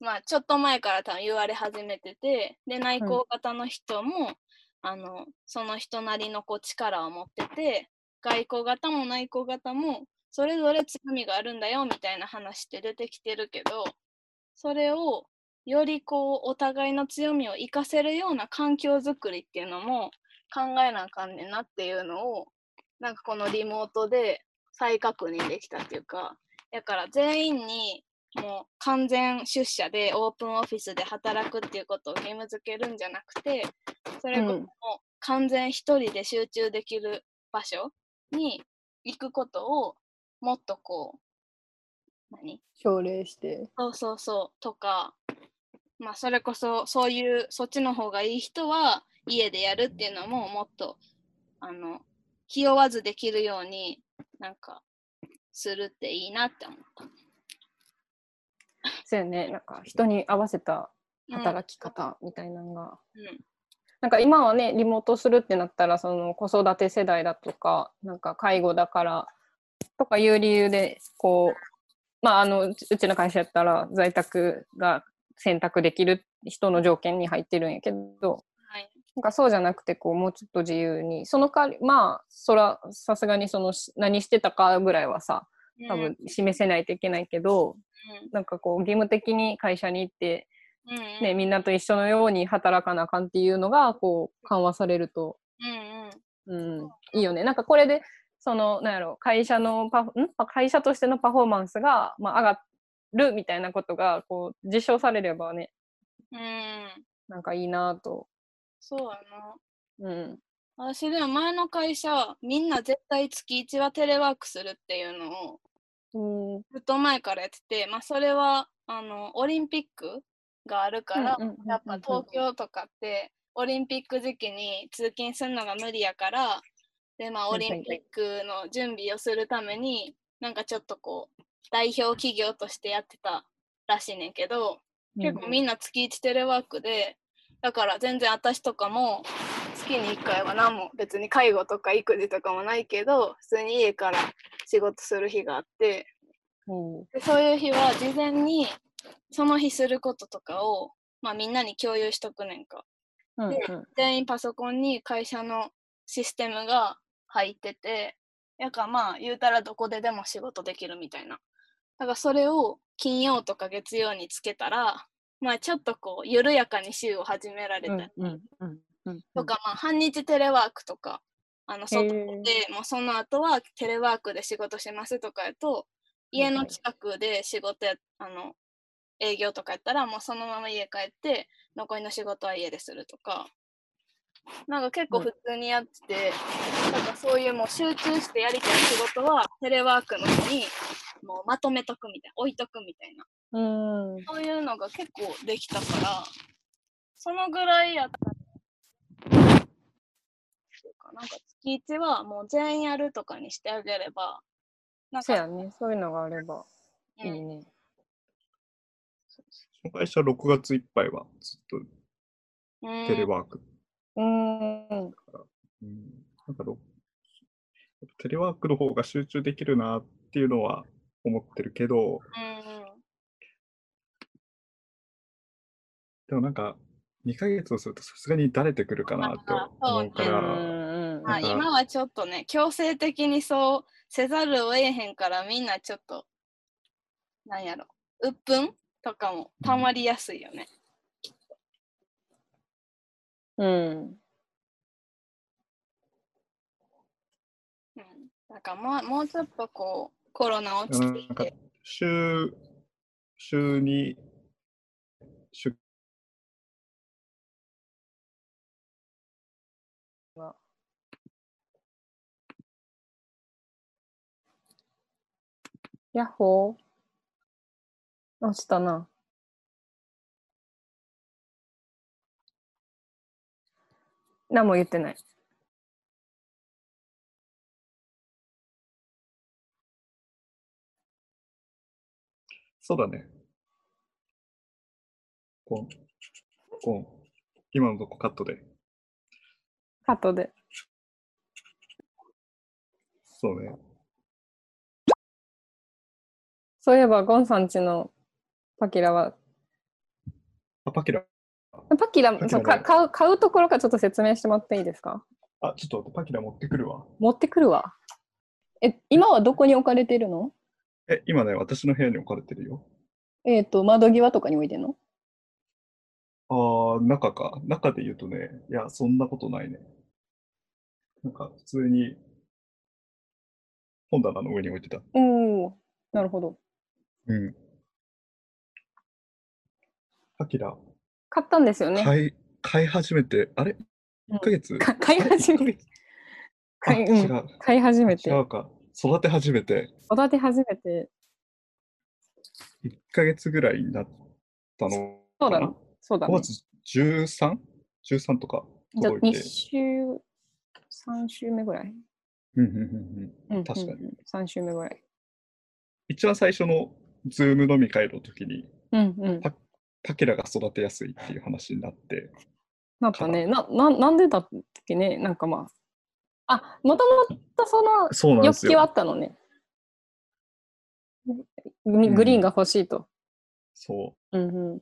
Speaker 3: まあちょっと前から多分言われ始めててで内向型の人も、あのその人なりのこう力を持ってて外交型も内向型もそれぞれ強みがあるんだよみたいな話って出てきてるけどそれをよりこうお互いの強みを活かせるような環境づくりっていうのも考えなあかんねんなっていうのをなんかこのリモートで再確認できたっていうかだから全員にもう完全出社でオープンオフィスで働くっていうことを義務付けるんじゃなくてそれこそもう完全一人で集中できる場所に行くことをもっとこう何
Speaker 1: 奨励して。
Speaker 3: そうそうそうとかまあそれこそそういうそっちの方がいい人は家でやるっていうのももっとあの気負わずできるようになんかするっていいなって思った。
Speaker 1: そうよね。なんか人に合わせた
Speaker 3: うん
Speaker 1: 働き方みたいなのが。
Speaker 3: うん
Speaker 1: なんか今はねリモートするってなったらその子育て世代だとかなんか介護だからとかいう理由でこうまああのうちうちの会社やったら在宅が選択できる人の条件に入ってるんやけど
Speaker 3: はい
Speaker 1: なんかそうじゃなくてこうもうちょっと自由にその代わりまあそらさすがにそのし何してたかぐらいはさ多分示せないといけないけど、なんかこう義務的に会社に行って
Speaker 3: うんうん
Speaker 1: ね、みんなと一緒のように働かなあかんっていうのがこう緩和されると、
Speaker 3: うんうん
Speaker 1: うん、いいよね。なんかこれでそのなんやろ会社のパフんあ会社としてのパフォーマンスが、まあ、上がるみたいなことがこう実証されればね
Speaker 3: うん
Speaker 1: なんかいいなぁと、
Speaker 3: そうやな。
Speaker 1: うん、
Speaker 3: 私でも前の会社みんな絶対月1はテレワークするっていうのを
Speaker 1: うん
Speaker 3: ずっと前からやってて、まあ、それはあのオリンピックがあるから、
Speaker 1: うんうんうんうんうん
Speaker 3: やっぱ東京とかってオリンピック時期に通勤するのが無理やからで、まあ、オ
Speaker 1: はいは
Speaker 3: リ
Speaker 1: いはい
Speaker 3: ンピックの準備をするためになんかちょっとこう代表企業としてやってたらしいねんけど、結構みんな月1テレワークでだから全然私とかも月に1回は何も別に介護とか育児とかもないけど普通に家から仕事する日があって
Speaker 1: うん
Speaker 3: でそういう日は事前にその日することとかを、まあ、みんなに共有しとくねんか
Speaker 1: うんうん
Speaker 3: 全員パソコンに会社のシステムが入っててやかまあ言うたらどこででも仕事できるみたいなだからそれを金曜とか月曜につけたらまあちょっとこう緩やかに週を始められた
Speaker 1: う
Speaker 3: り
Speaker 1: んうんうんうん
Speaker 3: とか、まあ半日テレワークとかあの外で
Speaker 1: へ
Speaker 3: もうその後はテレワークで仕事しますとかやと家の近くで仕事やあの営業とかやったらもうそのまま家帰って残りの仕事は家でするとかなんか結構
Speaker 1: うん
Speaker 3: 普通にやってて、なんかそういうもう集中してやりたい仕事はテレワークの日にもうまとめとくみたいな置いとくみたいな
Speaker 1: うんうん
Speaker 3: そういうのが結構できたからそのぐらいやったらそうかなんか月1はもう全員やるとかにしてあげればなん
Speaker 1: そう
Speaker 3: か
Speaker 1: やねそういうのがあれば
Speaker 3: う
Speaker 1: いい
Speaker 3: ん
Speaker 1: ね、
Speaker 2: その会社6月いっぱいはずっ
Speaker 3: うん
Speaker 2: とテレワーク。
Speaker 1: うん
Speaker 2: うん、なんだろう。テレワークの方が集中できるなっていうのは思ってるけ
Speaker 3: う
Speaker 2: ど、
Speaker 3: ん
Speaker 2: でもなんか2ヶ月をするとさすがに慣れてくるかなと思うか
Speaker 1: う
Speaker 2: ら、
Speaker 1: んうん
Speaker 3: まあ、
Speaker 2: なんか
Speaker 3: 今はちょっとね強制的にそうせざるを得へんからみんなちょっとなんやろ鬱憤とかもたまりやすいよね。
Speaker 1: うん
Speaker 3: うん、だからもうもうちょっとこうコロナ落ち
Speaker 2: なん
Speaker 3: 着い
Speaker 2: か
Speaker 3: て。
Speaker 2: 週、週に出
Speaker 1: やっほー。落ちたな。何も言ってない。
Speaker 2: そうだね。コン、コン。今のとこカットで。
Speaker 1: カットで。
Speaker 2: そうね。
Speaker 1: そういえば、ゴンさんちのパキラは、
Speaker 2: あ、パキラ。
Speaker 1: パキラ、
Speaker 2: パキラ
Speaker 1: そう
Speaker 2: が
Speaker 1: か買う買うところからちょっと説明してもらっていいですか
Speaker 2: あ、ちょっと待ってパキラ持ってくるわ。
Speaker 1: 持ってくるわ。え、今はどこに置かれてるの
Speaker 2: え、今ね、私の部屋に置かれてるよ。
Speaker 1: えっ、と、窓際とかに置いてんの
Speaker 2: あー、中か。中で言うとね、いや、そんなことないね。なんか、普通に、本棚の上に置いてた。
Speaker 1: うん。なるほど。
Speaker 2: うん。アキラ、
Speaker 1: 買ったんですよね。
Speaker 2: 買い、買い始めて、あれ
Speaker 1: うん
Speaker 2: ?1 ヶ月
Speaker 1: か買い始めて。
Speaker 2: あ、
Speaker 1: 買い,、
Speaker 2: *laughs* 違
Speaker 1: うん、
Speaker 2: う。
Speaker 1: 買い始めて
Speaker 2: 違。うか。育て始めて、
Speaker 1: 育て始めて。
Speaker 2: 1ヶ月ぐらいになったの
Speaker 1: そ
Speaker 2: か
Speaker 1: う
Speaker 2: な。
Speaker 1: だね。そうだ
Speaker 2: 5
Speaker 1: ね。
Speaker 2: 月 13?13 とか
Speaker 1: じゃあ
Speaker 2: 届い
Speaker 1: 2
Speaker 2: て。
Speaker 1: 週、3週目ぐらい、
Speaker 2: うんうんうんうん
Speaker 1: うん、
Speaker 2: 確かに
Speaker 1: 3週目ぐらい。
Speaker 2: 一番最初のズーム飲み会の時に、
Speaker 1: うんうん。
Speaker 2: パケラが育てやすいっていう話になって、
Speaker 1: なったね。なななんでだっけねなんかまあ。あ、もともとその
Speaker 2: そうなんで
Speaker 1: 欲
Speaker 2: す
Speaker 1: 求はあ
Speaker 2: よ。
Speaker 1: ったのね。ググリーンが欲しいと。
Speaker 2: そう、
Speaker 1: うんうん。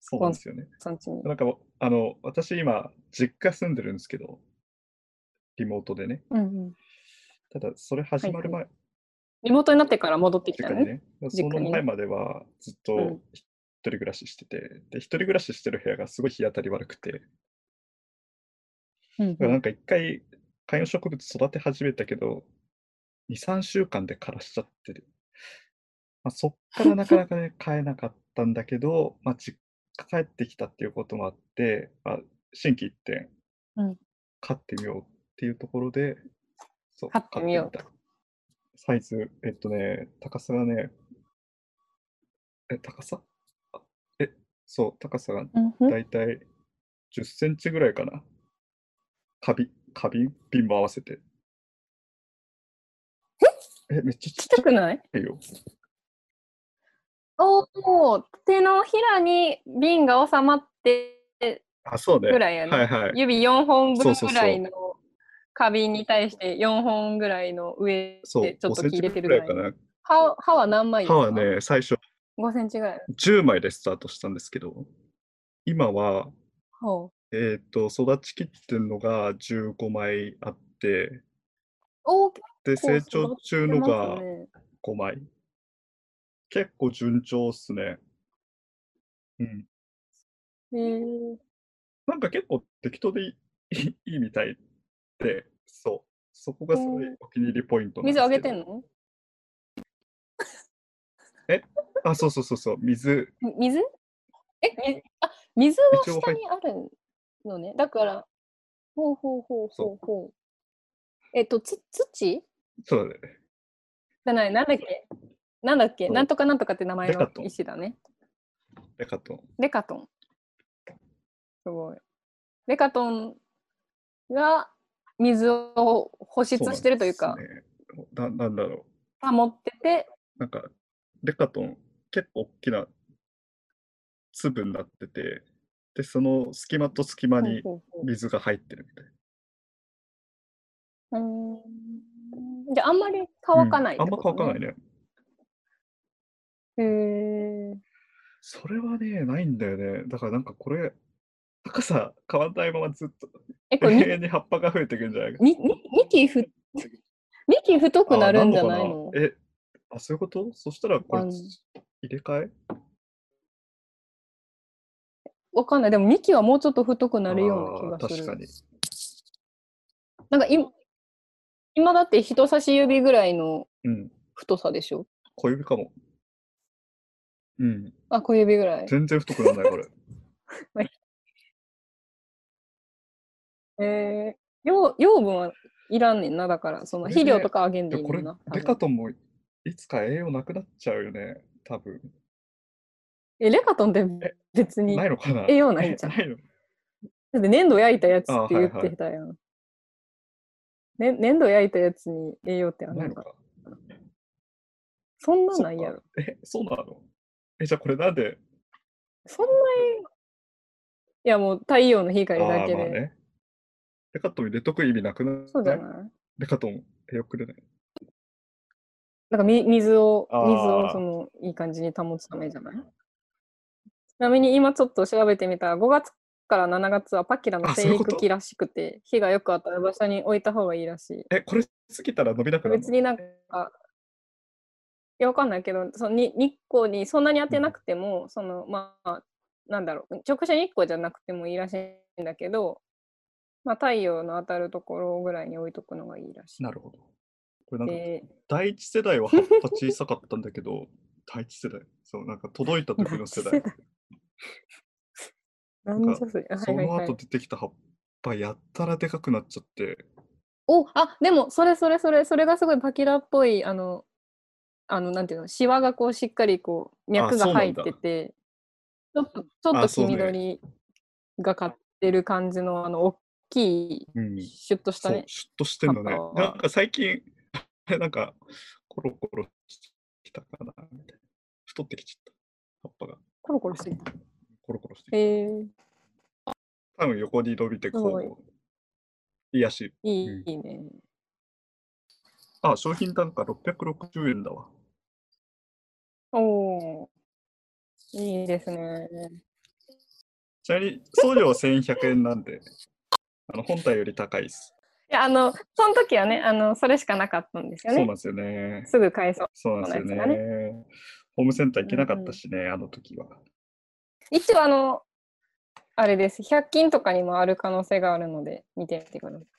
Speaker 2: そうなんですよね。
Speaker 1: 産地に。
Speaker 2: なんか、あの、私今、実家住んでるんですけど、リモートでね。
Speaker 1: うんうん。
Speaker 2: ただ、それ始まる前、
Speaker 1: リモートになってから戻ってき
Speaker 2: 実
Speaker 1: た
Speaker 2: 家
Speaker 1: の
Speaker 2: に
Speaker 1: ね。
Speaker 2: ね、
Speaker 1: 実
Speaker 2: そ
Speaker 1: 家にね
Speaker 2: の前まではずっ
Speaker 1: う
Speaker 2: と
Speaker 1: ん
Speaker 2: 一人暮らししてて、で、一人暮らししてる部屋がすごい日当たり悪くて、
Speaker 1: うん
Speaker 2: だから
Speaker 1: う
Speaker 2: なん
Speaker 1: ん。
Speaker 2: か一回、観葉植物育て始めたけど、2、3週間で枯らしちゃってる。まあ、そっからなかな
Speaker 1: *laughs*
Speaker 2: かね、買えなかったんだけど、まあ、実家帰ってきたっていうこともあって、まあ、心機一転
Speaker 1: うん、
Speaker 2: 飼ってみようっていうところで、そう
Speaker 1: 飼ってみようと
Speaker 2: 飼ってみたサイズ、えっとね、高さがね、え、高さあえ、そう、高さが
Speaker 1: うん
Speaker 2: だいたい10センチぐらいかな。花瓶、花瓶、瓶も合わせて。え、めっちゃ
Speaker 1: ちっ
Speaker 2: ちっ
Speaker 1: ち
Speaker 2: ち
Speaker 1: ゃくない
Speaker 2: ゃいよ。
Speaker 1: おお手のひらに瓶が収まって
Speaker 2: あ、そうね
Speaker 1: ぐらいやね。
Speaker 2: はいはい。
Speaker 1: 指4本
Speaker 2: そ
Speaker 1: 分
Speaker 2: うそうそう
Speaker 1: ぐらいの花瓶に対して4本ぐらいの上でち
Speaker 2: そ
Speaker 1: ょ
Speaker 2: う、
Speaker 1: っと
Speaker 2: 5セン
Speaker 1: 切
Speaker 2: チ
Speaker 1: れてるぐ
Speaker 2: ぐら
Speaker 1: ら
Speaker 2: い
Speaker 1: い
Speaker 2: か
Speaker 1: の。
Speaker 2: な。
Speaker 1: 歯歯は何枚ですか
Speaker 2: 歯はね、最初
Speaker 1: ?5 センチぐらい。
Speaker 2: 10枚でスタートしたんですけど、今は、
Speaker 1: ほう
Speaker 2: えっ、と、育ちきってるのが15枚あって、
Speaker 1: おー結
Speaker 2: で、
Speaker 1: 構
Speaker 2: 成長
Speaker 1: 構
Speaker 2: 中の
Speaker 1: 出ま
Speaker 2: が
Speaker 1: すね
Speaker 2: 5枚。結構順調っすね。うん。
Speaker 1: へー
Speaker 2: なんか結構適当でい *laughs* いいいみたいで、そう。そこがすごいお気に入りポイントなんで
Speaker 1: 水
Speaker 2: す
Speaker 1: あげてん
Speaker 2: の
Speaker 1: の
Speaker 2: あ、そうそうそうそう、水。
Speaker 1: み水えみあ水は
Speaker 2: 一応
Speaker 1: 下
Speaker 2: 入っ
Speaker 1: にあるのね。だから、ほうほうほうほうほう。えっと、つ土じ
Speaker 2: そうだね。
Speaker 1: ゃない、なんだっけなんだっけ
Speaker 2: そう
Speaker 1: なんとかなんとかって名前
Speaker 2: デカ
Speaker 1: の
Speaker 2: トン
Speaker 1: 石だね。
Speaker 2: レカトン。
Speaker 1: レカトン。すごい。レカトンが水を保湿
Speaker 2: そうなん
Speaker 1: してるというか、
Speaker 2: ですねな。なんだろ
Speaker 1: 保ってて、
Speaker 2: う。なんか、レカトン、結構大きな粒になってて、で、その隙間と隙間に
Speaker 1: ほうほうほう
Speaker 2: 水が入ってるみたい。
Speaker 1: うーんじゃあ、あんまり乾かないっ
Speaker 2: うんあ
Speaker 1: て
Speaker 2: んま
Speaker 1: こと、
Speaker 2: 乾
Speaker 1: ね
Speaker 2: かないね。
Speaker 1: へー
Speaker 2: それはね、ないんだよね。だからなんかこれ、高さ変わんないままずっと
Speaker 1: え、こ
Speaker 2: 永
Speaker 1: れ
Speaker 2: 遠に葉っぱが増えていくんじゃないか。 *laughs*
Speaker 1: み、み、幹ふ、幹太くなるんじゃない
Speaker 2: あ
Speaker 1: の
Speaker 2: んかなえ、あ、そういうことそしたらこ
Speaker 1: わか
Speaker 2: れ
Speaker 1: んない
Speaker 2: 入れ替え
Speaker 1: わかんない。でも幹はもうちょっと太くなるような気が
Speaker 2: あー
Speaker 1: する。
Speaker 2: 確か
Speaker 1: な
Speaker 2: に。
Speaker 1: んか今、今だって人差し指ぐらいの
Speaker 2: うん。
Speaker 1: 太さでしょ
Speaker 2: 小指かも。うん。
Speaker 1: あ、小指ぐらい。
Speaker 2: 全然太くならない、こ
Speaker 1: *laughs*
Speaker 2: れ。
Speaker 1: えー、養養分はいらんねんな、だから、その
Speaker 2: これ
Speaker 1: 肥料
Speaker 2: ね
Speaker 1: とかあげんで
Speaker 2: で
Speaker 1: いい
Speaker 2: こ
Speaker 1: ね
Speaker 2: れ
Speaker 1: んな。、多
Speaker 2: デ
Speaker 1: 分
Speaker 2: カトンもいつか栄養なくなっちゃうよね、多分。
Speaker 1: え、レカトンって
Speaker 2: え
Speaker 1: 別に、だ
Speaker 2: ないのかな
Speaker 1: 栄養ないんじゃん
Speaker 2: ないの
Speaker 1: って粘土焼いたやつ
Speaker 2: あ
Speaker 1: って
Speaker 2: は
Speaker 1: 言
Speaker 2: い
Speaker 1: っ
Speaker 2: はい
Speaker 1: てたやん。ね、粘土焼いたやつに栄養ってある
Speaker 2: ない
Speaker 1: の
Speaker 2: の
Speaker 1: か。
Speaker 2: か。
Speaker 1: そんなんないやろ。
Speaker 2: え、そうなのえ、じゃあこれなんで
Speaker 1: そんなに、いやもう太陽の
Speaker 2: あ
Speaker 1: 光
Speaker 2: ー
Speaker 1: だけで。
Speaker 2: まあね。デカトン入れとく意味なくなる
Speaker 1: そうじゃない
Speaker 2: デカトン栄養くれない。
Speaker 1: なんかみ水を、
Speaker 2: あー
Speaker 1: 水をそのいい感じに保つためじゃないちなみに今ちょっと調べてみたら5月から7月はパキラの
Speaker 2: あそう
Speaker 1: 生
Speaker 2: いうこと
Speaker 1: 育期らしくて火がよく当たる場所に置いた方がいいらし
Speaker 2: え、これ過ぎたら伸びなく
Speaker 1: い。
Speaker 2: なる
Speaker 1: 別
Speaker 2: の
Speaker 1: になんか、いやわかんないけどそのに日光にそんなに当てなくても、そのまあなんだろう直射日光じゃなくてもいいらしいんだけど、まあ、太陽の当たるところぐらいに置いとくのがいいらしい。
Speaker 2: なるほど。これなんか
Speaker 1: で
Speaker 2: 第一世代は葉っぱ
Speaker 1: *laughs*
Speaker 2: 小さかったんだけど、第一世代、そう、なんか届いた時の世
Speaker 1: 第
Speaker 2: 代
Speaker 1: 一世。なんじゃそれ。は
Speaker 2: そ
Speaker 1: いはい
Speaker 2: の
Speaker 1: はい
Speaker 2: 後。出てきた葉っぱやったらでかくなっちゃって、
Speaker 1: おあでもそれそれそれそれがすごいパキラっぽいあのあのなんていうのシワがこうしっかりこう脈が
Speaker 2: そうな
Speaker 1: 入
Speaker 2: ん
Speaker 1: っ
Speaker 2: だ
Speaker 1: ててちょっとちょっと
Speaker 2: あそ
Speaker 1: 黄
Speaker 2: うね
Speaker 1: 緑がかってる感じのあの大きい
Speaker 2: うん、
Speaker 1: シュッとした
Speaker 2: そう
Speaker 1: ね、
Speaker 2: シュッとしてんのね
Speaker 1: 葉っ。ぱは
Speaker 2: なんか最近、 *laughs* あれなんか、コロコロしてきたかな、みたいな。太ってきちゃった。葉っぱが
Speaker 1: コロコロしてた。
Speaker 2: コロコロしてきた。
Speaker 1: えー、
Speaker 2: 多分横に伸びて、
Speaker 1: すごい
Speaker 2: こう、癒やし。
Speaker 1: いい,、
Speaker 2: うん
Speaker 1: いいね。
Speaker 2: あ、商品単価660円だわ。
Speaker 1: おーいいですね。
Speaker 2: ちなみに、送料1100円なんで、あの本体より高いです。
Speaker 1: いやあのその時はねあのそれしかなかったんです
Speaker 2: そ
Speaker 1: よ
Speaker 2: うなん
Speaker 1: ね。
Speaker 2: ですよね。
Speaker 1: すぐ買えそう。
Speaker 2: そうなんですよね
Speaker 1: そうなんで。
Speaker 2: ホームセンター行けなかったしね、あの時は。
Speaker 1: 一応あのあれです100均とかにもある可能性があるので見てみてください。